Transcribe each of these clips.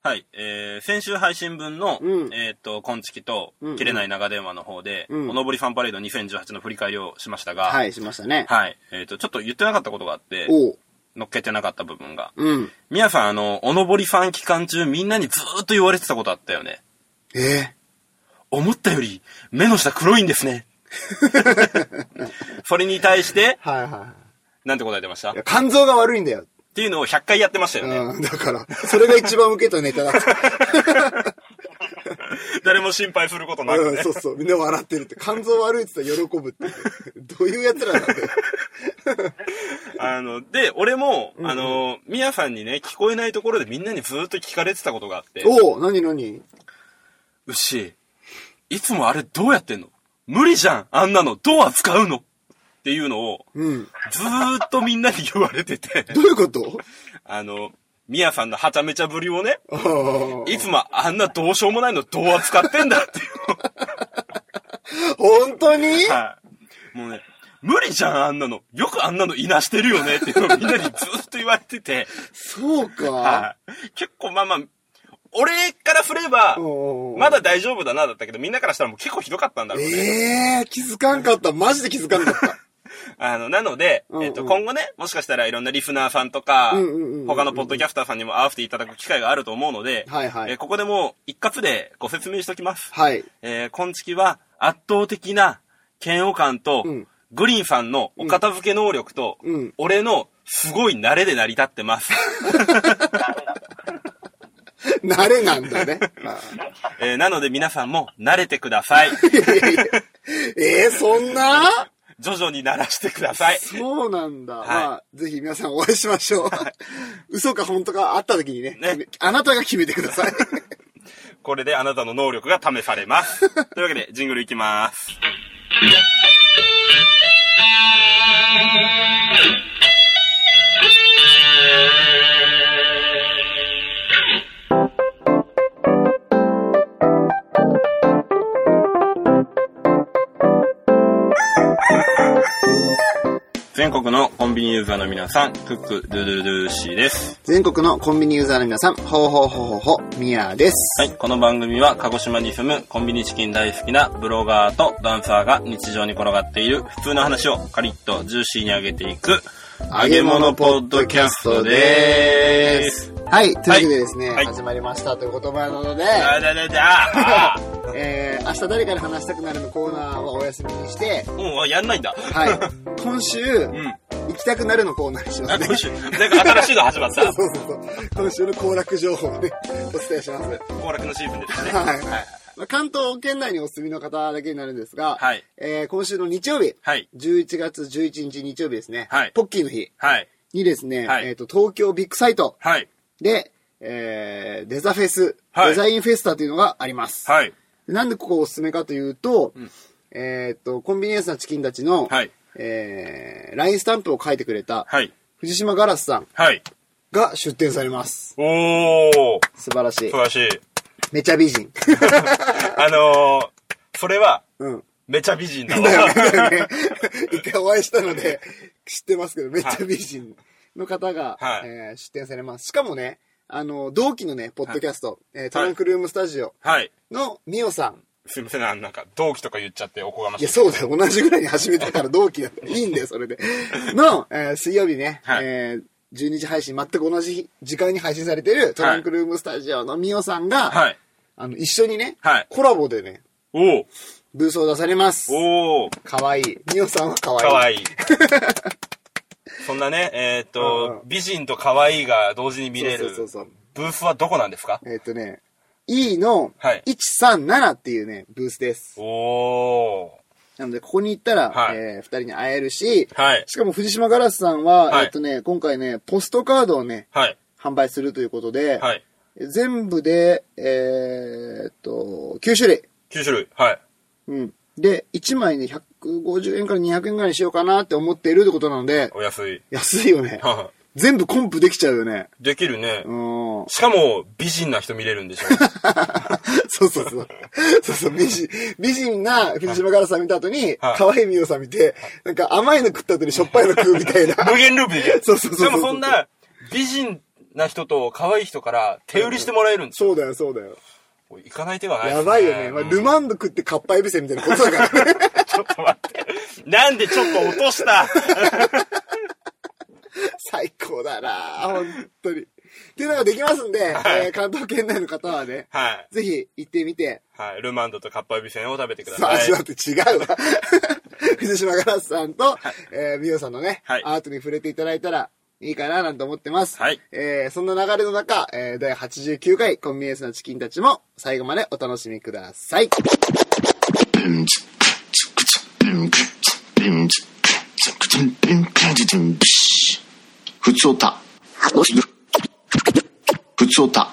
はい、えー、先週配信分の、うんえーっと、今月とうんうん、切れない長電話の方で、うんおのぼりファンパレード2018の振り返りをしましたが、。はいい、しましたね。はい。えーっと、ちょっと言ってなかったことがあって、おう。乗っけてなかった部分が。うん。皆さん、あの、おのぼりファン期間中、みんなにずーっと言われてたことあったよね。え思ったより、目の下黒いんです ね。それに対して、はいはいはなんて答えてましたい。いっや、肝臓が悪いんだよ。ていうのを100回やってましたよね。うん、だから、それが一番受けたネタ だった。誰も心配することなくうん、ね。そうそう、みんな笑ってるって。肝臓悪いって言ったら喜ぶって。 どういうやつらなんだよ。あの、で、俺も、あの、ミヤさんにね、聞こえないところでみんなにずーっと聞かれてたことがあって、 おう、なになに牛、いつもあれどうやってんの無理じゃんあんなのどう扱うのっていうのを、うん。ずーっとみんなに言われてて、 どういう ことあの、ミヤさんのはちゃめちゃぶりをね、ああ。いつもあんなどうしようもないのどう扱ってんだっていうのを本当にはい。もうね、無理じゃん、あんなの。よくあんなのいなしてるよねっていうのをみんなにずっと言われてて、そうか。はい。結構まあまあ、俺からすればおう、おうおうまだ大丈夫だなだったけど、みんなからしたらもう結構ひどかったんだろうね。ええ気づかんかった。マジで気づかんか った。あの、なので、うんうんえっと、今後ね、もしかしたらいろんなリスナーさんとかうんうんうんうん、他のポッドキャスターさんにも会わせていただく機会があると思うので、はいはいえーここでもう一括でご説明しときます。はい。えー、今月は圧倒的な嫌悪感と、うんグリーンさんのお片付け能力と、うん俺のすごい慣れで成り立ってます。慣れなんだ ね。あえー、なので皆さんも慣れてくだ さい。あいやいやいやええそんな徐々に慣らしてください。そうなんだ。いまあ、ぜひ皆さんお会いしまし ょう。嘘か本当かあった時にねね決めあなたが決めてください。これであなたの能力が試されます。というわけで、ジングルいきます。全国のコンビニユーザーの皆さん、クックドゥドゥドゥーシーです。全国のコンビニユーザーの皆さん、ほうほうほうほうほう、ミヤです。はい、この番組は鹿児島に住むコンビニチキン大好きなブロガーとダンサーが日常に転がっている普通の話をカリッとジューシーに上げていく揚げ物ポッドキャストでーす。はい、というわけでですね、はい始まりましたという言葉なので、あだだだあえー、明日誰かに話したくなるのコーナーはお休みに して、もうやんないんだ。はい、今週、うん。行きたくなるのコーナーにしまあ、すね今。週、なんか新しいの始まっ そうた。そうそう。 今週の行楽情報をね、お伝えします。行楽のシーズンですね。はい。まあ関東圏内にお住みの方だけになるんですが、はいえー今週の日曜日、はい。 11月11日日曜日ですね、はいポッキーの日はい。にですね、はいえー、と東京ビッグサイトはい。で、えーデザフェス、はいデザインフェスタというのがあります。はい。なんでここおすすめかというと、えっ、と、コンビニエンスなチキンたちの、はいえー、ラインスタンプを書いてくれた、はい。藤島ガラスさんはい。が出展されます。おー。素晴らしい素。晴らしい。めちゃ美人。 あのー、それは、うん。めちゃ美人だだよわね。。だよね 一回お会いしたので、知ってますけど、めっちゃ美人の方が、はいえー出展されます。しかもね、あの、同期のね、ポッドキャスト、えートランクルームスタジオはい。のミオさん。すいません、あのなんか、同期とか言っちゃっておこがまいしいや、。そうだよ。同じぐらいに始めたから同期だから。いいんだよ、それで。の、えー水曜日ね、はいえー12時配信、全く同じ日時間に配信されてるトランクルームスタジオのミオさんが、はい。あの、一緒にね、はいコラボでね、おおブースを出されます。おおかわいい。ミオさんはかわいい。かわいい。 そんなね、えーっうんとう、美人と可愛いが同時に見れるそうそうそうそうブースはどこなんですかえっ、とね、E のはい137っていうね、ブースです。おおなので、ここに行ったら、はいえー二人に会えるし、はい。しかも藤島ガラスさんは、はいえっ、とね、今回ね、ポストカードをね、はい。販売するということで、はい。全部で、えーっと、9種類。 9種類。はい。うん。で、1枚ね、150円から200円ぐらいにしようかなって思っているってことなので、お安い。安いよね。は全部コンプできちゃうよね。いできるねう。ん。しかも、美人な人見れるんで しょ。そうそうそう。そうそう、美人、美人な藤島ガラスさん見た後に、はい可愛い美容さん見て、なんか甘いの食った後にしょっぱいの食うみたいな。無限ループできる。そうそうそうそうでもそんな、美人な人と可愛い人から手売りしてもらえるんですよ。 そうだよ、そうだよ。これ行かない手はないです、やばいよね。まあ、うんルマンド食ってカッパエビせみたいなことだからね。ちょっと待って。なんでチョコ落とした 最高だな本当に。っていうのができますんで、えー関東圏内の方はね、はい。ぜひ行ってみて、はい。ルマンドとカッパエビせんを食べてくだ さあ、さい味。わって違うわ。 藤島ガラスさんと、えー、みよさんのね、はいアートに触れていただいたらいいかななんて思ってます。はいえーそんな流れの中、えー第89回コンビニエンスなチキンたちも最後までお楽しみください。ふつおた。ふつおた。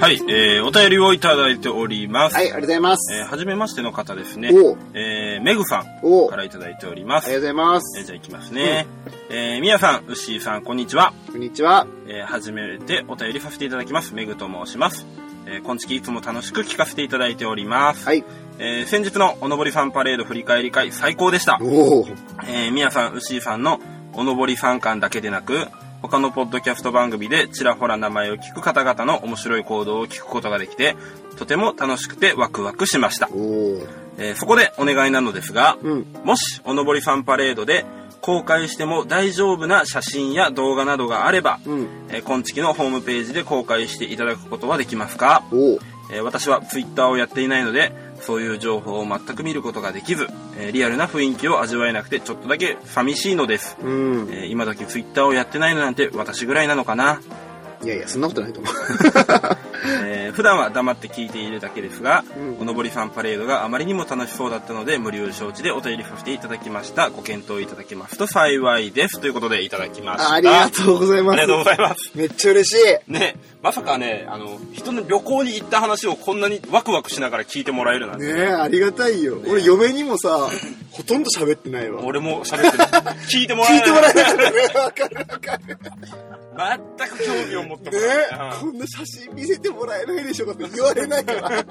はい。えー、お便りをいただいております。はい、ありがとうございます。えー、はじめましての方ですね。おうえー、メグさおんうからいただいておりまあす。りえがとうございます。ーじゃあ行きますね。えー、みやさん、うっしーさん、こんにちは。こんにちは。えー、初めてお便りさせていただきます。メグと申します。えー、こんちきいつも楽しく聞かせていただいております。はい。えー、先日のおのぼりさんパレード振り返り会最高でした。おお。えー、みやさん、うっしーさんのおのぼり参観だけでなく、他のポッドキャスト番組でちらほら名前を聞く方々の面白い行動を聞くことができて、とても楽しくてワクワクしました。おお。えーそこでお願いなのですが、うんもしおのぼりさんパレードで公開しても大丈夫な写真や動画などがあれば、うんえー、今月のホームページで公開していただくことはできますか、おお。えー私はツイッターをやっていないのでそういう情報を全く見ることができず、えーリアルな雰囲気を味わえなくてちょっとだけ寂しいのです、うん。えー今時ツイッターをやってないのなんて私ぐらいなのかな、いやいや、そんなことないと思う。えー普段は黙って聞いているだけですが、うんおのぼりさんパレードがあまりにも楽しそうだったので無料承知でお便りさせていただきましたご検討いただけますと幸いですということでいただきました あありがとうございますありがとうございますめっちゃ嬉しい。ねまさかねあの人の旅行に行った話をこんなにワクワクしながら聞いてもらえるなんて、ねえ、ありがたいよ。俺、嫁に もさ、ほとんど喋ってないわ。俺も喋ってる聞いてもらえ聞いてもらえるなかったね。わかるわかる。ね全く興味を持ってもらえないえ、こんな写真見せてもらえないでしょうかって言われな いから。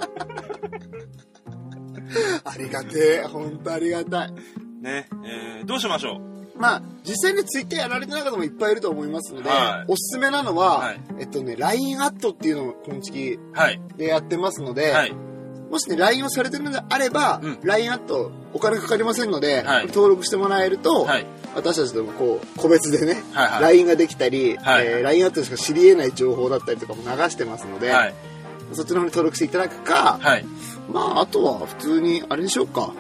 ありがてえ。ほんとありがたい。うんねえーどうしましょうまあ、実際にツイッターやられてない方もいっぱいいると思いますので、はいおすすめなのは、はいえっとね、LINE アットっていうのをこの時期はいでやってますので、はいもしね、LINE をされてるのであれば、うん LINE アットお金かかりませんので、はい登録してもらえると、はい私たちともこう、個別でね、はいはい LINE ができたり、はいえー LINE アットでしか知り得ない情報だったりとかも流してますので、はいそっちの方に登録していただくか、はいまあ、あとは普通に、あれにしようか。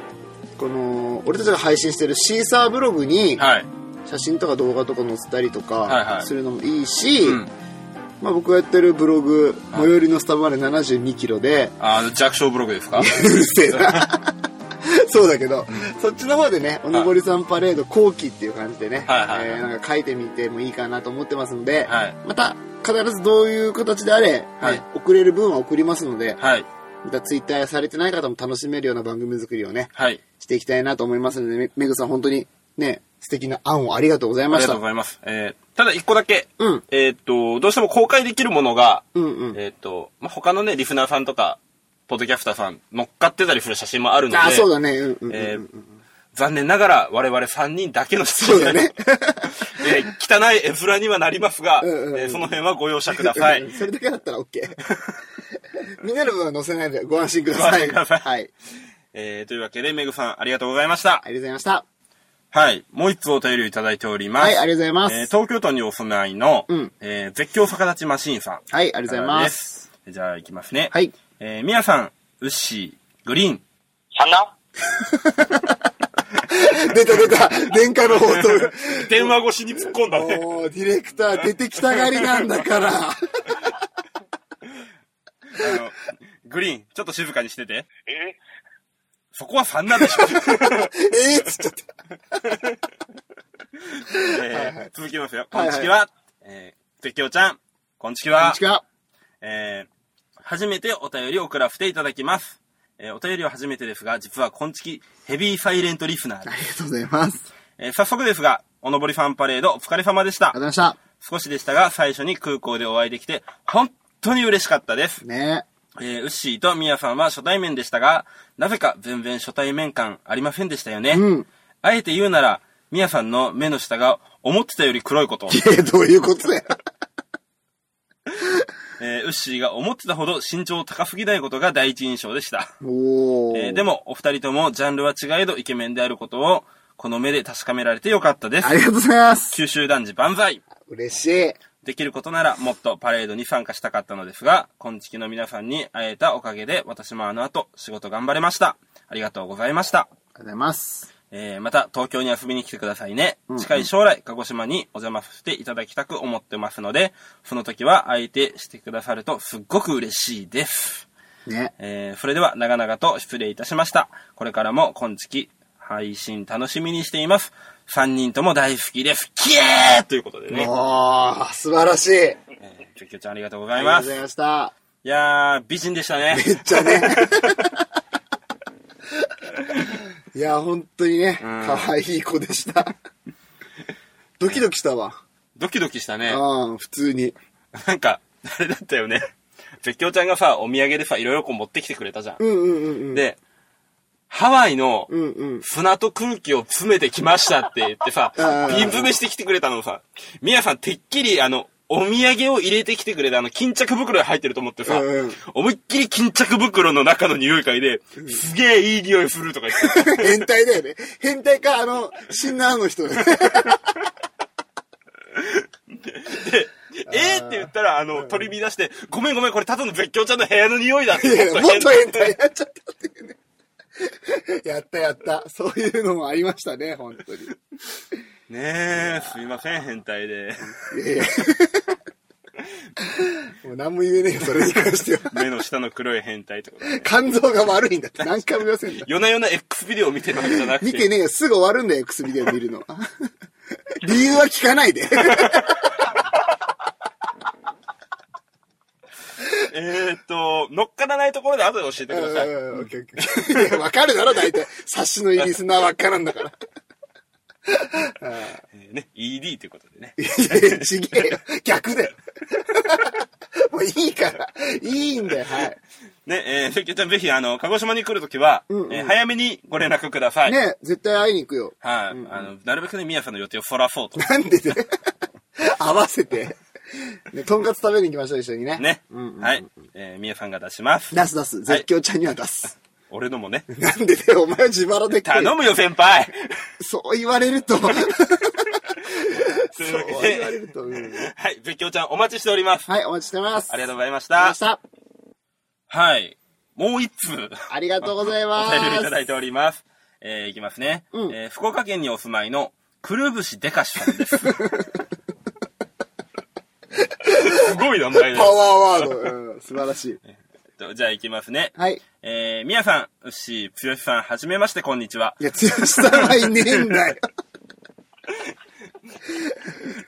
この、俺たちが配信してるシーサーブログに、はい写真とか動画とか載せたりとはいはかいするのもいいし、うんまあ、僕がやってるブログ、最寄りのスタバまで7 2キロで、あの弱小ブログですかうるせえ な。そうだけど、そっちの方でね、おのぼりさんパレード後期っていう感じでね、はいはいはいえーなんか書いてみてもいいかなと思ってますので、はいまた必ずどういう形であれ、はいね送れる分は送りますので、はいまたツイッターやされてない方も楽しめるような番組作りをね、はいしていきたいなと思いますので、めめぐさん本当にね、素敵な案をありがとうございあまりしがとた。うございます。えーただ一個だけ、うんえーっと、どうしても公開できるものが、うんうん。えーっと、まあ、他のね、リスナーさんとか、ポッドキャスターさん、乗っかってたりする写真もあるので、あ、そうだね。うんうん、うんえー残念ながら我々3人だけの質そう問だね。 えー汚い絵面にはなりますが、うんうんうんえーその辺はご容赦ください。 それだけだったら OK。みんなの分は載せないのでご安心ください。ご安心くださいはい。えーというわけで、メグさん、ありがとうございましたあ。りがとうございました。はい。もう一つお便りをいただいております。はい、ありがとうございます。えー東京都にお住まいの、うんえー絶叫逆立ちマシーンさん。はい、ありがとうございます。す。じゃあ、行きますね。はい。えー、みやさん、ウッシー、グリーン。さんな 出た出た殿下の宝刀。 電話越しに突っ込んだね。もう、ディレクター出てきたがりなんだから。 あの、グリーン、ちょっと静かにしてて。えそこは3なんでしょ、えーっつっちゃった。えー続きますよ。こはいんはいちきは、えー、絶叫ちゃん、こんちきこんはに、ちは。えー、初めてお便りを送らせていただきます。えー、お便りは初めてですが、実はこんちき、ヘビーサイレントリスナーであ。りがとうございます。えー、早速ですが、おのぼりファンパレードお疲れ様でしたあり。がとうございました。少しでしたが、最初に空港でお会いできて、本当に嬉しかったです。ね。えー、ウッシーとミヤさんは初対面でしたが、なぜか全然初対面感ありませんでしたよね。うんあえて言うなら、ミヤさんの目の下が思ってたより黒いこと、いや、どういうことだよ。えー、ウッシーが思ってたほど身長高すぎないことが第一印象でした。おー。えーでも、お二人ともジャンルは違えどイケメンであることを、この目で確かめられてよかったですあ。りがとうございます。九州男児万歳嬉しい。できることならもっとパレードに参加したかったのですが、今月の皆さんに会えたおかげで私もあの後仕事頑張れました。ありがとうございました。ありがとうございます。えー、また東京に遊びに来てくださいね。近い将来、鹿児島にお邪魔させていただきたく思ってますので、その時は相手してくださるとすっごく嬉しいです。ね。えー、それでは長々と失礼いたしました。これからも今月配信楽しみにしています。3人とも大好きです。キエーということでね。おー、素晴らしい。えー、キョキョちゃんありがとうござあいりがとまうごすざ。いました。いやー、美人でしたね。めっちゃね。いや、本当にね、ん可愛い子でした。ド キドキしたわ。ドキドキしたね。うん、普通に。なんか、あれだったよね。絶叫ちゃんがさ、お土産でさ、いろいろこう持ってきてくれたじゃん。うんうんうんうん。で、ハワイのうんうん。砂と空気を詰めてきましたって言ってさ、うん うんうん瓶詰めしてきてくれたのさ、みやさんてっきりあの、お土産を入れてきてくれたあの巾着袋に入ってると思ってさ、うんうん思いっきり巾着袋の中の匂い嗅いで、すげえいい匂いするとか言っ てた。変態だよね。変態か、あの、死んだあの人ね。で、えーって言ったら、あの、取り乱して、ごめんごめん、これただの絶叫ちゃんの部屋の匂いだっていやいやもっと変態やっちゃったっていうね。やったやった。そういうのもありましたね、本当に。ねえ、すいません、変態で。いやいや。もう何も言えねえよ、それに関しては。目の下の黒い変態ってことね。肝臓が悪いんだって何回も言わせんだ。夜な夜な X ビデオを見てるわけじゃなくて。見てねえよ、すぐ終わるんだよ、薬で見る の。理由 は聞かないで。えーっと、乗っからないところで後で教えてうんくうださい。んうんオッケーオッケーいやわかるだろ、大体。察しの入り砂輪っかなんだから。えーね、ED ということでね。いやいや、ちげえよ。逆だよ。 もういいから。いいんだよ、はい。ね、えー、せっけちゃんぜひ、あの、鹿児島に来るときは、うんうんえー早めにご連絡ください。ね絶対会いに行くよ。はい、あの、なるべくね、みやさんの予定をそらそうと。なんでで合わせて。ね、とんかつ食べに行きましょう、一緒にね。ね。 うんうん。はい。えー、みやさんが出します。出す出す。絶叫ちゃんには出す。俺のも ね。なんでで、お前は自腹で食え頼むよ、先 輩そう言われると。そうと いうわけ言われで、ると。うんはい、絶叫ちゃんお待ちしております。はい、お待ちしてます。ありがとううございましございたまし。た。はい。もう一通。ありがとうございおます。便りをいただいております。えー、いきますね。うんえー福岡県にお住まいの、くるぶしでかしさん です。すごい名前でパワーワード。うん、素晴らしい。 す。じゃあいきますね。はい。えー、みやさん、うっしー、つよしさん、はじめまして、こんにちは。いや、剛さんはいねえん だよ。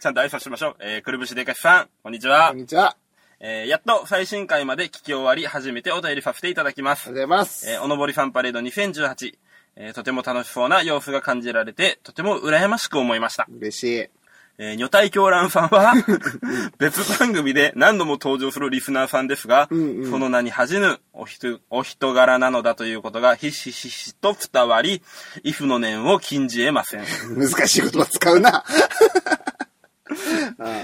ちゃんと挨拶しましょう。えー、くるぶしでかしさん、こんにちはこん。にちは。あえー、やっと最新回まで聞き終わり、初めてお便りさせていただきますりがとう。ございます。えーおのぼりファンパレード2018、えーとても楽しそうな様子が感じられて、とても羨ましく思いました。嬉しい。 えー女体狂乱さんは、別番組で何度も登場するリスナーさんですが、んうんその名に恥じぬお人お人柄なのだということがひしひしと伝わり、イフの念を禁じ得ません。難しい言葉使うな。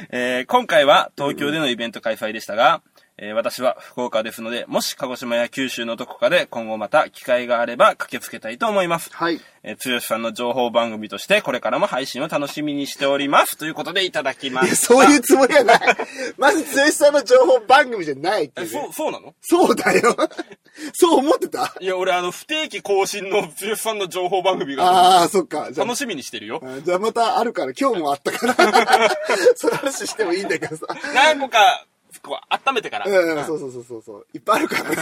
えー今回は東京でのイベント開催でしたが、えー私は福岡ですので、もし鹿児島や九州のどこかで今後また機会があれば駆けつけたいと思います。 はい。えー、つよしさんの情報番組として、これからも配信を楽しみにしております。ということで、いただきまいやす。そういうつもりはない。 まず、剛さんの情報番組じゃないってえ、いうね、そう、そうなのそうだよ。 そう思ってたいや、俺、あの、不定期更新のつよしさんの情報番組が、ああ、そっか。じゃあ楽しみにしてるよ。あじゃあまたあるから、今日もあったから。 その話してもいいんだけどさ。何個か、こう、温めてから、うんうん、そうそうそうそうそう。いっぱいあるからね。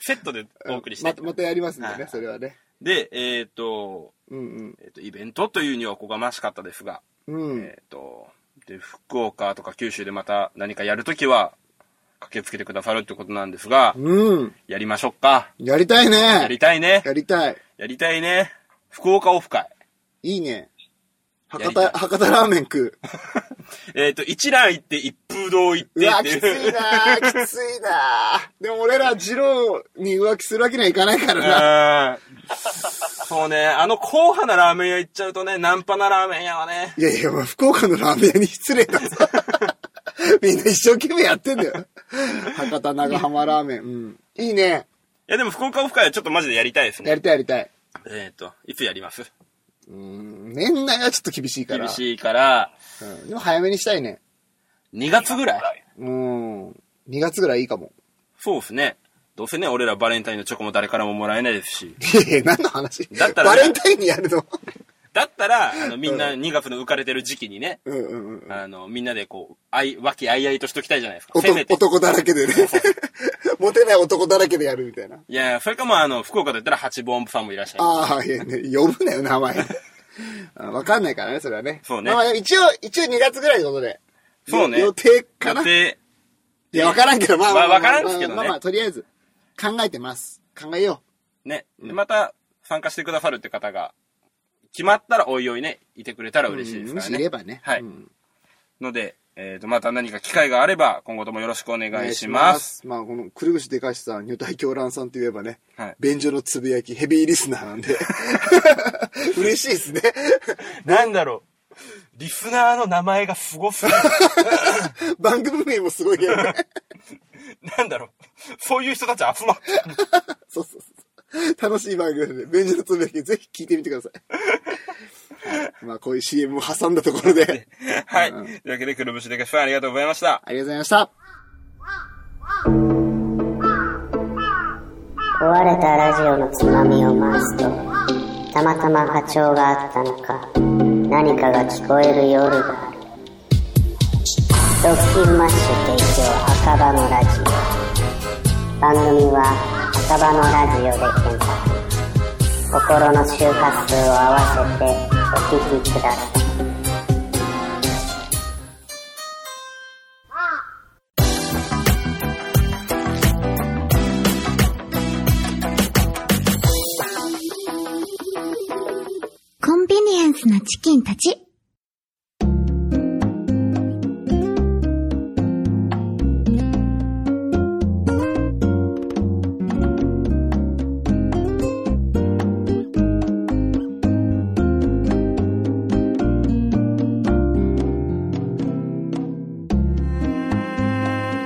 セットでお送りしてま。またやりますんではいね、それはね。で、えっ、と、うんえっ、と、イベントというにはおこがましかったですが、うん。うん。えっ、と、で、福岡とか九州でまた何かやるときは、駆けつけてくださるってことなんですが、うん。やりましょうか。やりたいね。やりたいね。やりたい。やりたいね。福岡オフ会。いいね。や博りたい多、博多ラーメン食えっ、と、一蘭行って、一風堂行っう。うてわ、っきてつい。いうなーきついなーでも俺ら、二郎に浮気するわけにはいかないからな。うんそうね、あの硬派なラーメン屋行っちゃうとね、ナンパなラーメン屋はね。いやいや、お前福岡のラーメン屋に失礼だぞ。 みんな一生懸命やってんだよ。博多長浜ラーメン。うん。いいね。いやでも福岡オフ会はちょっとマジでやりたいですやね。りたいやりたい。えっ、と、いつやりますうん。年内はちょっと厳しいから。厳しいから、うん。でも早めにしたいね。 2月ぐらいうん。2月ぐらいいいかも。そうですね。どうせね、俺らバレンタインのチョコも誰からももらえないですし。いやいや、何の話だったらバレンタインにやるのだったら、あの、みんな2月の浮かれてる時期にね、うんうんうん。あの、みんなでこう、あい、和気あいあいとしときたいじゃないですか。せめ男て。男だらけでね。モテない男だらけでやるみたいな。いや、それかもあの、福岡だったら八本さんもいらっしゃいます。ああ、いや、ね、呼ぶなよ、名前。あわかんないからね、それはね。そうねまあまあ、一応、一応2月ぐらいということで。そうねよ予定かなだっいて、や、わからんけど、まあまあ、まわあ、わからんですけどねまあまあ、とりあえず、考えてます。考えよね、でまた参加してくださるって方が、決まったらおいおいね、いてくれたらう。嬉しいですうんむからしろね。いればね。はいうんので、えっ、と、また何か機会があれば、今後ともよろしくお願お願いいししま。ますす。まあ、この、くるぶしでかしさん、女体狂乱さんといえばね、はい便所のつぶやき、ヘビーリスナーな んで、嬉しいですね。 なんだろう、リスナーの名前がすごすぎる。番組名もすごいけどね。 なんだろう、そういう人たち集ま って。そうそうそう。楽しい番組なので、便所のつぶやき、ぜひ聞いてみてください。はい、まあ、こういう CM を挟んだところで、はい。というわけで、くるぶしでかしさんありがとうございました。ありがとうございました。壊れたラジオのつまみを回すとたまたま波長があったのか何かが聞こえる夜がある「ドッキンマッシュ提供赤羽のラジオ」番組は赤羽のラジオで検索心の周波数を合わせてお聞きくださいコンビニエンスなチキンたち。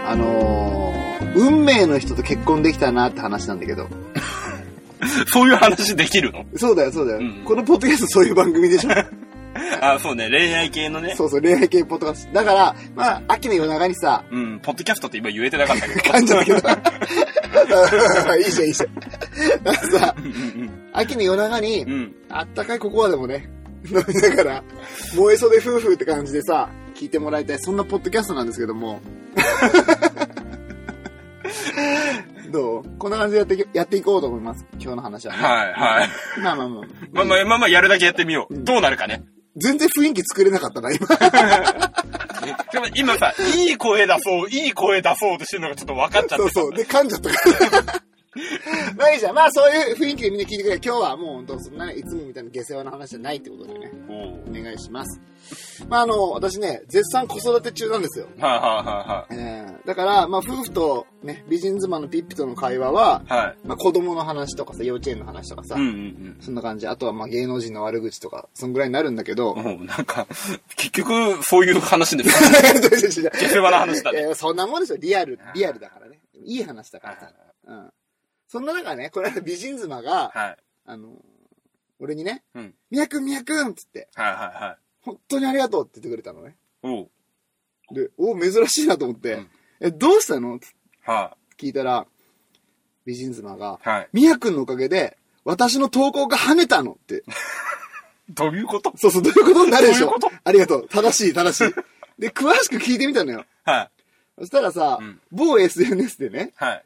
あのー、運命の人と結婚できたなって話なんだけど。そういう話できるのそうだよ、そうだよ。うんこのポッドキャストそういう番組 でしょあ、そうね、恋愛系のね。そうそう、恋愛系ポッドキャスト。だから、まあ、秋の夜長にさ、うん、ポッドキャストって今言えてなかったけど。噛んじゃった けど。いいじゃん、いいじゃん。なんかさ、うん秋の夜長に、うん。うん。あったかいココアでもね、飲みながら、燃え袖夫婦って感じでさ、聞いてもらいたい、そんなポッドキャストなんですけども。どうこんな感じでやっていけやっていこうと思います、今日の話は、ね。はい、はい。まあまあまあ。まあまあ、まあまあ、やるだけやってみよう。どうなるかね。全然雰囲気作れなかったな、今。でも今さ、いい声出そう、いい声出そうとしてるのがちょっと分かっちゃって。そうそう。で、噛んじゃったから。まあいいじゃん。まあそういう雰囲気でみんな聞いてくれ。今日はもう本当、そんなね、いつもみたいな下世話の話じゃないってことでね、おうお願いします。まああの、私ね、絶賛子育て中なんですよ。はいはえーだから、まあ夫婦とね、美人妻のピッピとの会話は、いはいはい。はい。まあ子供の話とかさ、幼稚園の話とかさ、うんうんそんな感じ。あとはまあ芸能人の悪口とか、そんぐらいになるんだけうどん。、もうなんか、結局、そういう話で 違 う違う違う下世話な話だいね。やそんなもんでしょ、リアル、リアルだからね。いい話だからさ。うん。そんな中ね、これ美人妻が、はい。あの、俺にね、うん。みやくんみやくんっつって、はいはいはい。本当にありがとうって言ってくれたのね。おう。で、お、珍しいなと思って、うんえ、どうしたのっては聞いたら、美人妻が、い。はい。みやくんのおかげで、私の投稿が跳ねたのって。どういうことそうそう、どういうことになるでしどうょ。いうことありがとう。正しい、正しい。で、詳しく聞いてみたのよ。はい。そしたらさ、うん某 SNS でね、はい。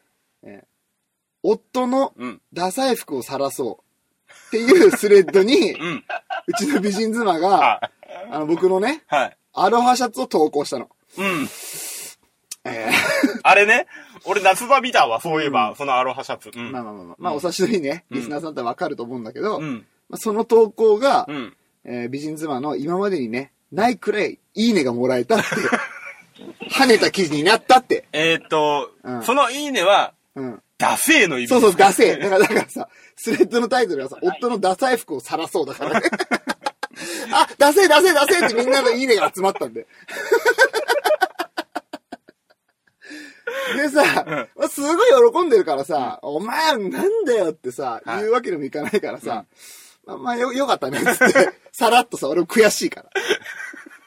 夫のうん。ダサい服を晒そうっていうスレッドに、うん。うちの美人妻が、はい。あの僕のね、はい。アロハシャツを投稿したの。うん。えあれね、俺夏場見たわ、そういえば、そのアロハシャツ。うーん。まあまあまあまあ、まあお察しのいいね、うんリスナーさんってわかると思うんだけど、うまん。あ、その投稿がう、ん。えー美人妻の今までにね、ないくらいいいねがもらえたっていう。跳ねた記事になったって。えーっと、うんそのいいねは、うん。ダセーの意味。そうそう、ダセー。だから、だからさ、スレッドのタイトルがさ、夫のダサい服を晒そうだからね。 あ、ダセー、ダセー、ダセーってみんなのいいねが集まったんで。 でさ、すごい喜んでるからさ、お前なんだよってさ、はい言うわけにもいかないからさ、まあ、まあよ、よかったね、つって、さらっとさ、俺も悔しいか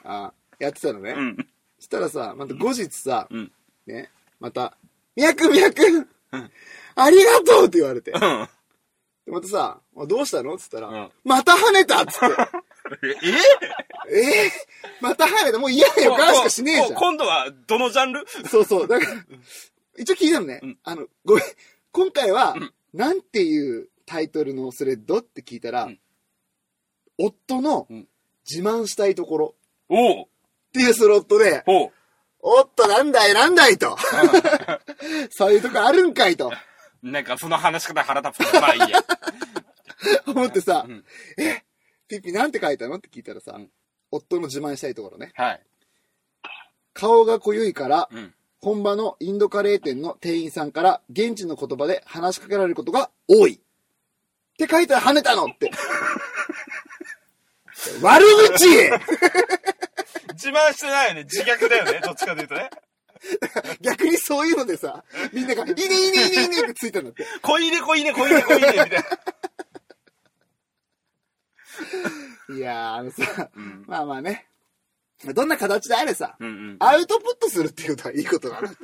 ら。あやってたのね。うん。そしたらさ、また後日さ、うんね、また、みやくんみやくん、ありがとうって言われて。うん。でまたさ、あどうしたのっつったら、うんまた跳ねたっつって。 ええー、また跳ねたもう嫌な予感しかしねえじゃん。今度は、どのジャンルそうそう。だから、一応聞いたのね。うんあの、ごめん。今回は、なんていうタイトルのスレッドって聞いたら、うん夫のうん自慢したいところおう、っていうスロットで、おう。おっと、なんだい、なんだいと。そういうとこあるんかいとなんか、その話し方腹立つから、ま あいいや。思ってさ、うんえ、ピッピなんて書いたのって聞いたらさ、うん夫の自慢したいところね。はい。顔が濃ゆいから、うん。本場のインドカレー店の店員さんから現地の言葉で話しかけられることが多い。って書いたら跳ねたの って。悪口自慢してないよね。自虐だよ ね。どっちかというとね。逆にそういうのでさ、みんなが、いいねいいねいいねいいねってついたんだって。小入れ小入れ小入れ小入れみたいな。いやー、あのさ、まあまあね。どんな形であれさ、うんうん。アウトプットするっていうことはいいこと なんだよ。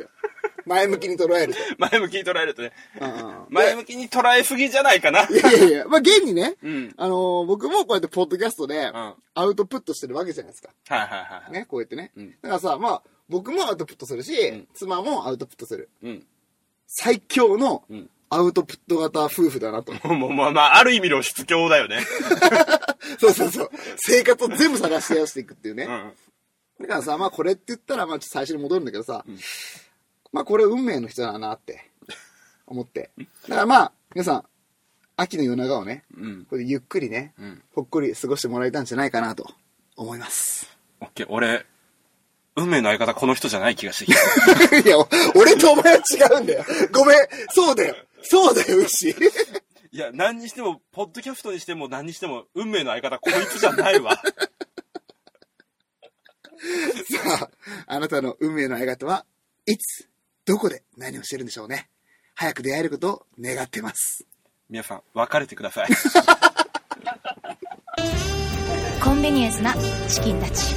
前向きに捉えると。前向きに捉えるとね。うんうん前向きに捉えすぎじゃないかな。いやいやいや、まあ現にね、うん。あのー僕もこうやってポッドキャストでうん。はいアウトプットしてるわけじゃないですか。はいはい。ね、こうやってね。うんだからさ、まあ、僕もアウトプットするし、ん妻もアウトプットする。うん。最強のうんアウトプット型夫婦だなと。 もう、まあまあ、ある意味露出狂だよね。そうそうそう。生活を全部探して出していくっていうね。うん。だからさ、まあこれって言ったら、まあちょっと最初に戻るんだけどさ、まあこれ運命の人だなって思って。だからまあ、皆さん、秋の夜長をね、うん。これでゆっくりね、うんほっこり過ごしてもらえたんじゃないかなと思い ます。オッケー、俺、運命の相方この人じゃない気がしてきた。いや、俺とお前は違うんだよ。ごめん、そうだよ。そうだ よ、牛。いや、何にしても、ポッドキャストにしても何にしても、運命の相方こいつじゃないわ。さあ、あなたの運命の相方はいつ、どこで何をしてるんでしょうね。早く出会えることを願ってます。 皆さん、別れてください。コンビニエンスなチキンたち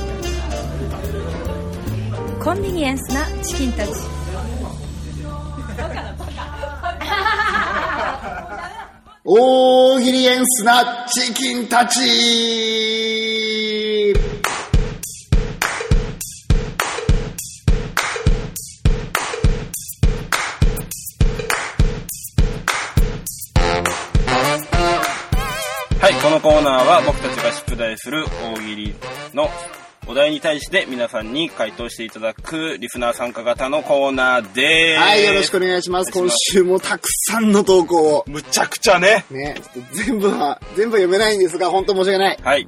コンビニエンスなチキンたち大喜利エンスなチキンたちはい、このコーナーは僕たちが出題する大喜利のお題に対して皆さんに回答していただくリスナー参加型のコーナーです。はい、よろしくお願いします。今週もたくさんの投稿を。むちゃくちゃね。ね、ちょっと全部は、全部は読めないんですが、本当申し訳ない。はい。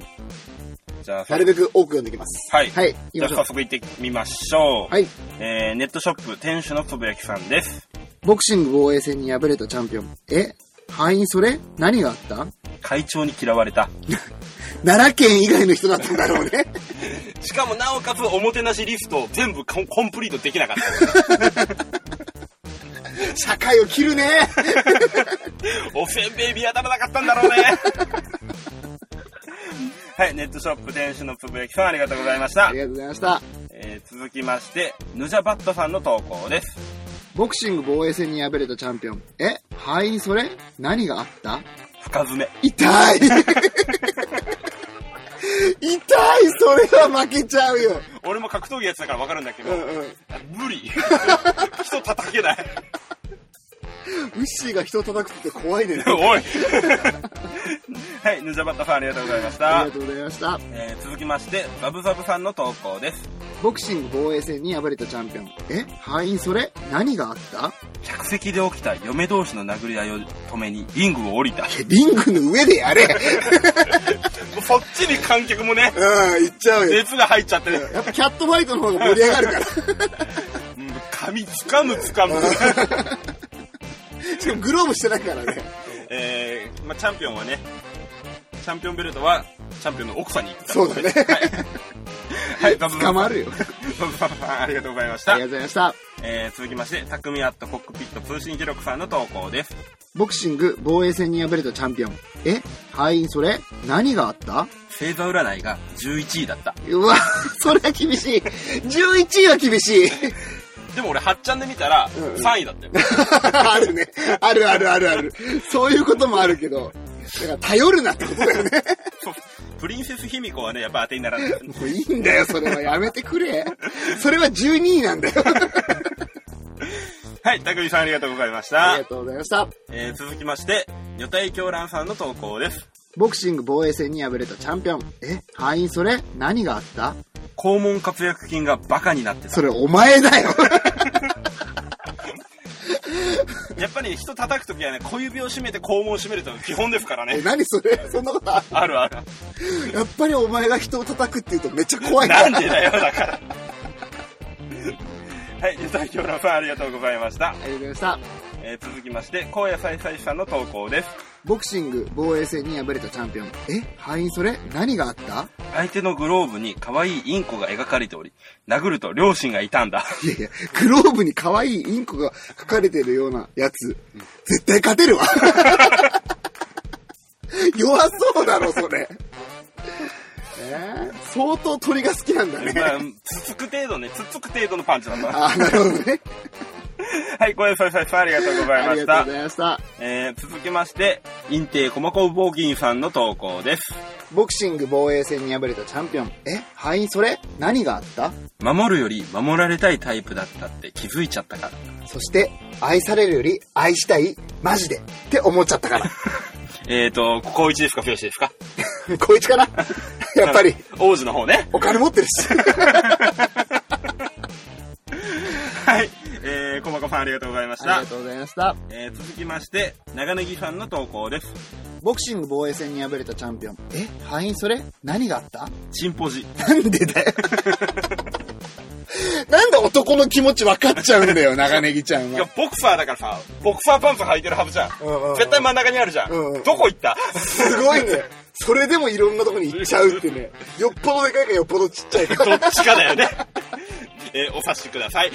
じゃあ、なるべく多く読んできます。はい。はい、じ行きゃあましょ早う。速行ってみましょう。はい。えー、ネットショップ店主のつぶやきさんです。ボクシング防衛戦に敗れたチャンピオン。え敗因それ何があった会長に嫌われた。奈良県以外の人だったんだろうね。 しかもなおかつおもてなしリストを全部コンコンプリートできなかった。社会を切るね。おせんべい見当たらなかったんだろうね。 はい、ネットショップ店主のつぶやきさんありがとうございましたあり。がとうございました。えー続きまして、ヌジャバットさんの投稿です。ボクシング防衛戦に敗れたチャンピオン。え敗因それ何があった深爪。痛い 痛いそれは負けちゃうよ。俺も格闘技やつだからわかるんだけうど、んうん。無理。 人叩けない。 ウッシーが人叩くって怖いね。あおい。 はい、ヌジャバットさんありがとうございましたりが。とうございました。えー続きまして、ザブザブさんの投稿です。ボクシング防衛戦に敗れたチャンピオン。え敗因それ何があった客席で起きた嫁 同士の殴り合いを止めにリングを降りた。リングの上でやれそっちに観客もね、うん、行っちゃうよ。 熱が入っちゃってね、やっぱキャットファイトの方が盛り上が るから。うん髪つかむつ かむ。しかもグローブしてないからね。えー、まあチャンピオンはね、チャンピオンベルトは、チャンピオンの奥さんに行ったそうだね。はい、どうぞ捕まる よ。どうぞありがとうございましあたりがとうご。ざいました。えー、続きまして、匠アットコックピット通信記録さんの投稿です。ボクシング防衛戦に敗れたチャンピオン。え敗因それ何があった星座占いが11位だった。うわ、それは厳しい。11位は厳しい。 でも俺、8ちゃんで見たら、3位だったよ。あるね。あるあるあるある。そういうこともあるけど。だから頼るなってことだよね。そうプリンセス卑弥呼はね、やっぱ当てにな らない。もういいんだよ、それは。やめてく れ。それは12位なんだよ。はい、匠さんありがとうございましあたりが。とうございました。えー、続きまして、女体狂乱さんの投稿です。ボクシング防衛戦に敗れたチャンピオン。え敗因それ何があった肛門活躍筋がバカになってたそ。れお前だよ。やっぱり、ね、人叩くときはね、小指を締めて肛門を締めるというのが基本ですから え、ね。何それそんなことああるある。るやっぱりお前が人を叩くって言うとめっちゃ怖いなからんでだよ、だから。はい、女体狂乱さんありがとうございました。ありがとうございました。えー、続きまして、荒野再々さんの投稿です。ボクシング防衛戦に敗れたチャンピオン。え敗因それ何があった相手のグローブに可愛いインコが描かれており、殴ると両親がいたん だ。いやいや、グローブに可愛いインコが書かれてるようなやつ、絶対勝てるわ。 弱そうだろ、それ。えー、相当鳥が好きなんだね。まあ、つつく程度ね、つつく程度のパンチだった。あー、なるほどね。はい、小林さんさんありがとうございあまりしがとたうご。ざいました。えー、続きまして、インテーコマコウボウギンさんの投稿です。ボクシング防衛戦に敗れたチャンピオン。え敗因それ何があった守るより守られたいタイプだったって気づいちゃったから。そして、愛されるより愛したい、マジで、って思っちゃったから。えーと、高一ですか、剛ですかこいつかなやっぱり、。王子の方ね。お金持ってるし。 はい。えー、コマコさんありがとうございましあたりが。とうございました。えー、続きまして、長ネギさんの投稿です。ボクシング防衛戦に敗れたチャンピオン。え敗因それ何があったチンポ ジ。なんでだよ。 なんで男の気持ち分かっちゃうんだよ、長ネギちゃんいやは。、ボクサーだからさ、ボクサーパンツ履いてるはずじゃん。うんうんうん絶対真ん中にあるじゃん。うんうんどこ行った すごいね。それでもいろんなとこに行っちゃうってね。よっぽどでかいかよっぽどちっちゃいか。どっちかだよね。 えーお察しください。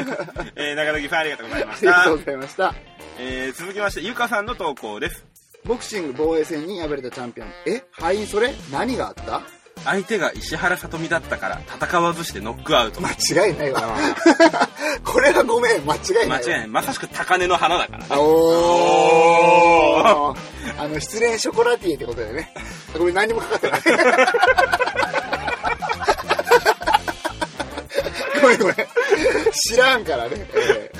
えー長崎さんありがとうございまあしりがたとうご。ざいました。えー続きまして、ゆかさんの投稿です。ボクシング防衛戦に敗れたチャンピオン。え敗因それ何があった相手が石原さとみだったから、戦わずしてノックアウト。間間違いないわ。 これはごめん、間違いない違わ。いない。まさしく高根の花だから。おーあの、失恋ショコラティエってことだよね。あごめん、何にもかかってない。ごめんごめん。知らんからね。えー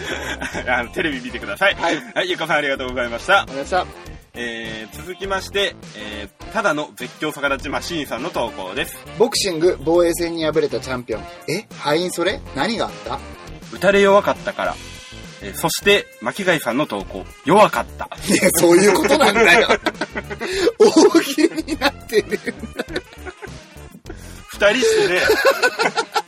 あのテレビ見てください。はいい。ゆかさんありがとうございましたお。願いしまえー続きまして、えーただの絶叫逆立ちマシーンさんの投稿です。した。ボクシング防衛戦に敗れたチャンピオン。え敗因それ何があった打たれ弱かったから。えーそして、巻貝さんの投稿。弱かった。いや、そういうことなんだよ。大喜利になってる。二人して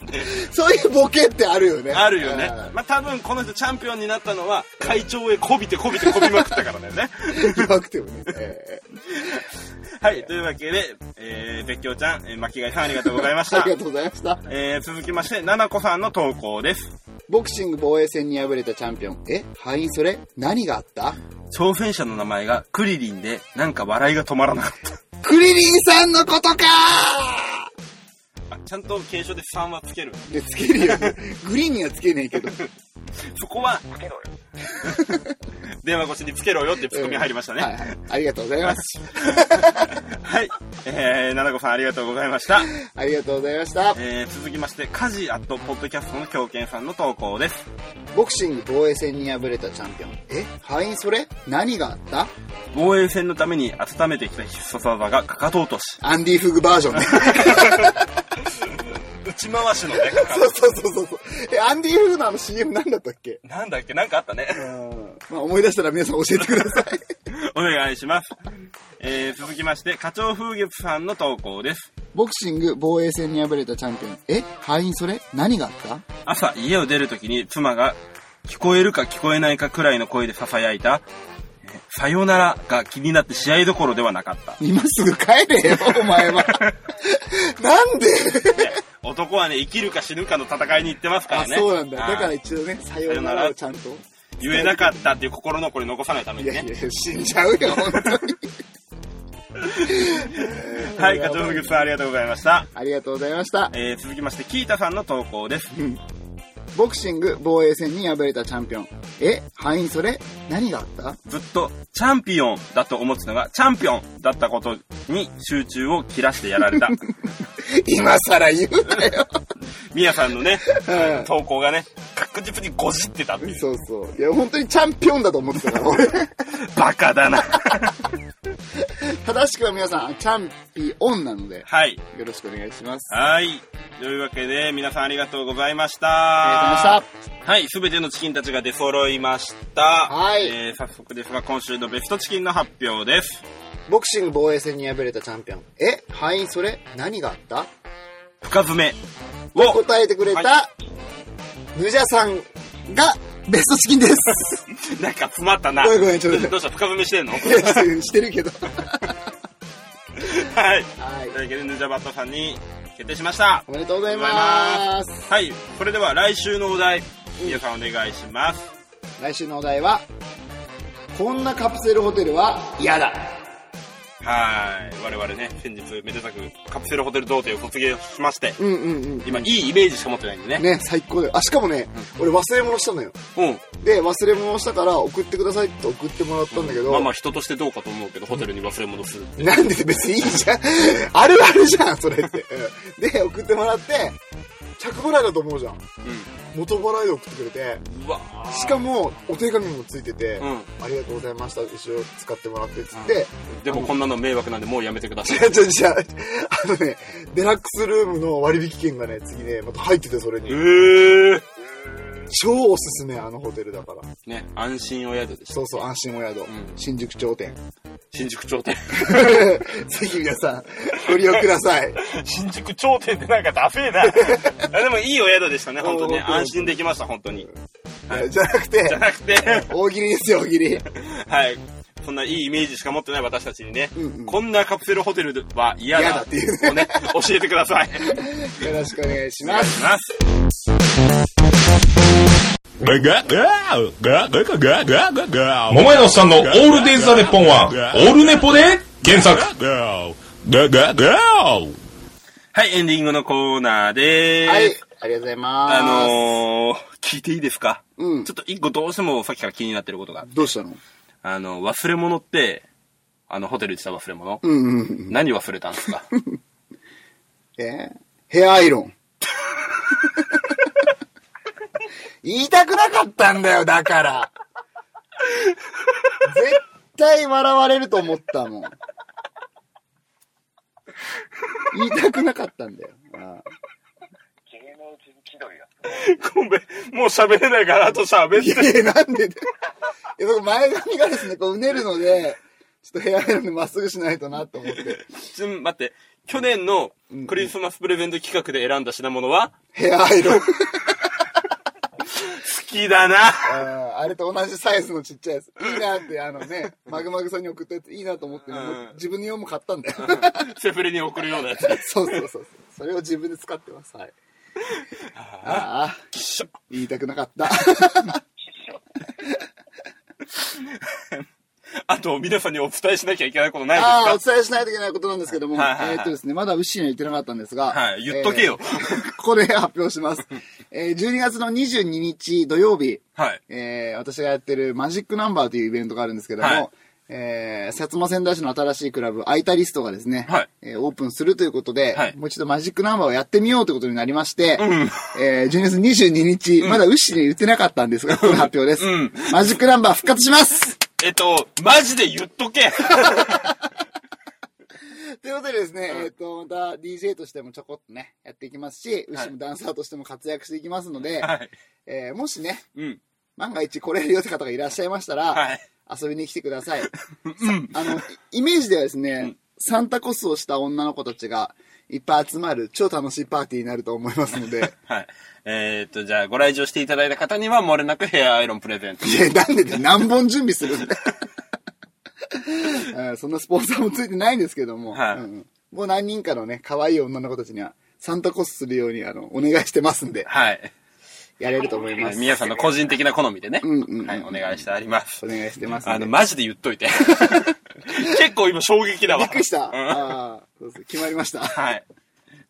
ね、そういうボケってあるよね。あるよねあ。まあ、多分この人チャンピオンになったのは、会長へこびてこびてこびまくったからだよ ね。ー。言わなくてもね。えはい、というわけで、えー、絶叫ちゃん、えー巻貝さんありがとうございましーあたり。がとうございました。えー、続きまして、ななこさんの投稿です。ボクシング防衛戦に敗れたチャンピオン。え敗因それ何があった挑戦者の名前がクリリンで、なんか笑いが止まらなかっクリリンさんのことかた。あちゃんと継承で3はつける。で、つけるよ。グリーンにはつけねえけど。そこは、 つけろよ。電話越しにつけろよってツッコミ入りましたね。はいはい。ありがとうございます。はい。えー、ななこさんありがとうございました。ありがとうございました。えー、続きまして、カジアットポッドキャストの狂犬さんの投稿です。ボクシング防衛戦に敗れたチャンピオン。え敗因それ何があった防衛戦のために温めてきた必殺技がかかと落とし。アンディ・フグバージョンね。打ち回 しのね、そうそうそうそうそう。え、アンディ・フグのあの CM 何だったっけなんだっけなんかあったね。まあ思い出したら皆さん教えてください。 お願いします。えー、続きまして、課長風月さんの投稿です。ボクシング防衛戦に敗れたチャンピオン。え敗因それ何があった朝、家を出るときに妻が、聞こえるか聞こえないかくらいの声で囁いた、えーさよならが気になって試合どころではなかった。今すぐ帰 れよ、お前は。なんでね男はね、生きるか死ぬかの戦いに行ってますからあ、ね。そうなんだ。はいだから一度ね、さようならをちゃんと。言えなかったっていう心残り残さないためいにやいね。や、死んじゃうよ、本当 に。はい、課長風月さんありがとうございました。ありがとうございました。えー、続きまして、キータさんの投稿です。ボクシング防衛戦に敗れたチャンピオン。え敗因それ何があったずっと、チャンピオンだと思ってたのが、チャンピオンだったことに集中を切らしてやら れた。今更言うなよ。ミヤさんのねは、い投稿がね、確実にごじってたっていう。 そうそう。いや、本当にチャンピオンだと思ってたから、 俺。バカだな。正しくは皆さん、チャンピオンなので、はい。よろしくお願いします。はい。というわけで、皆さんありがとうございました。ありがとうございました。はい、すべてのチキンたちが出揃いました。はいえー、早速ですが、今週のベストチキンの発表です。ボクシング防衛戦に敗れたチャンピオン。え敗因それ何があった深爪を、 答えてくれはた、ヌジャさんが、ベストチキン です。なんか詰まったな。ごめんごめんちょっと待ってどうした深爪 してんのはいい。やしてるけど。はいというわけで、ヌジャバットさんに決定しましたお。めでとうございます。はい、それでは来週のお題、皆さんお願いします。来週のお題は、こんなカプセルホテルは嫌だ。はい。我々ね、先日、めでたくカプセルホテル童貞を卒業しまして、うんうんうん。今、いいイメージしか持ってないんでね。ね、最高だよ。あ、しかもね、俺忘れ物したのよ。うで、忘れ物をしたから送ってくださいって送ってもらったんだけど、ん。まあまあ、人としてどうかと思うけど、ホテルに忘れ物する。なんで別にいいじゃん。あるあるじゃん、それって。うんで、送ってもらって、着払いだと思うじゃん。元払いで送ってくれて、うん。うわーしかも、お手紙もついてて、うんありがとうございました、一緒使ってもらって、つって、でもこんなの迷惑なんでもうやめてください じ。ゃじゃじゃあのね、デラックスルームの割引券がね、次ね、また入ってて、それ に。え超おすすめ、あのホテルだから。ね、安心お宿でした。そうそう、安心お宿、ん新宿頂点。新宿頂点。 ぜひ皆さん、ご利用ください。 新宿頂点ってなんかダフえな。あでもいいお宿でしたね、本当にね。うん本当安心できました、本当に。じゃなくじゃて、なくて、 大喜利ですよ、大喜利。はい。そんないいイメージしか持ってない私たちにね、うんうんこんなカプセルホテルは嫌嫌だだっってていいううのをね、教えてくだ さい。よろしくお願いしお願まいす。します。桃屋のおっさんのオールデイズ・ザ・ネッポンは、オールネポで検索。はい、エンディングのコーナーでーす。はい、ありがとうございます。あのー、聞いていいですか、うんちょっと一個どうしてもさっきから気になってることがあってどうしたのあの、忘れ物って、あの、ホテルでした忘れ物、うんうんうん。何忘れたんですかえーヘアアイロン。言いたくなかったんだよ、だから。絶対笑われると思ったもん。言いたくなかったんだよ。あ ごめん、もう喋れないから、あと喋っいやいや、なんでだいや僕前髪がですね、こううねるので、ちょっとヘアアイロンでまっすぐしないとなと思って。ちょっと待って、去年のクリスマスプレゼント企画で選んだ品物は、ヘアアイロン。好き だな。あーあれと同じサイズのちっちゃいやつ。いいなって、あのね、マグマグさんに送ったやついいなと思ってね、うん自分の用も買ったんだよ。セフレに送るようなやつ。 そうそうそうそう。それを自分で使ってます。はい。ああ、きっしょ言いたくなかった。あと、皆さんにお伝えしなきゃいけないことないですああ、かお伝えしないといけないことなんですけども、はいはいはいえーっとですね、まだウッシーには言ってなかったんですが、はい言っとけよえーここで発表 します。えー12月の22日土曜日、はい。えー私がやってるマジックナンバーというイベントがあるんですけども、はいえー、薩摩仙台市の新しいクラブ、アイタリストがですね、はいえーオープンするということで、はいもう一度マジックナンバーをやってみようということになりまして、えー、12月22日、まだウッシーに言ってなかったんですが、この発表です、うんマジックナンバー復活しますえっと、マジで言っと け ということでですね、えっ、と、また DJ としてもちょこっとね、やっていきますし、ウッシーもダンサーとしても活躍していきますので、はい。えーもしね、うん。万が一来れるよって方がいらっしゃいましたら、はい遊びに来てくださ い。さあの、イメージではですね、サンタコスをした女の子たちがいっぱい集まる超楽しいパーティーになると思いますので、はい。えー、っと、じゃあ、ご来場していただいた方には、漏れなくヘアアイロンプレゼント。いや、なんでで何本準備するんだ ようんそんなスポンサーもついてないんですけども、はいうんもう何人かのね、可愛い女の子たちには、サンタコスするように、あの、お願いしてますんで、はい。やれると思います。皆さんの個人的な好みでね。うんうんうんはい、お願いしてあります。お願いしてますあんの、で。マジで言っと いて。結構今衝撃だわ。びっくりした。うんああ、そうそう決まりました。はい。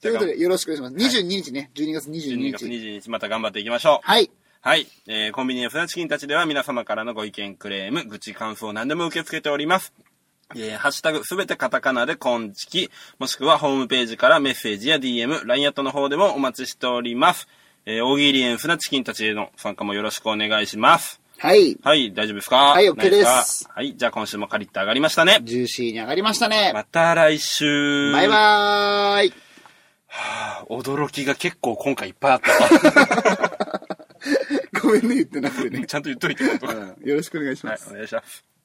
ということで、よろしくお願いします。22日ね、12月22 12日。月22日、また頑張っていきましょう。はい。はい。えー、コンビニエンスなチキンたちでは皆様からのご意見、クレーム、愚痴、感想、何でも受け付けております。えー、ハッシュタグすべてカタカナでコンチキ、もしくはホームページからメッセージや DM、LINE アットの方でもお待ちしております。えー、大喜利エンスなチキンたちへの参加もよろしくお願いします。はい。はい、大丈夫ですかはい OK ないですかはい、じゃあ今週もカリッと上がりましたね。ジューシーに上がりましたね。また来週。バイバーイ。驚きが結構今回いっぱいあったわ ごめんね、言ってなくてね。ちゃんと言っといて、本当はうんよろしくお願いしはまいす。、お願いします。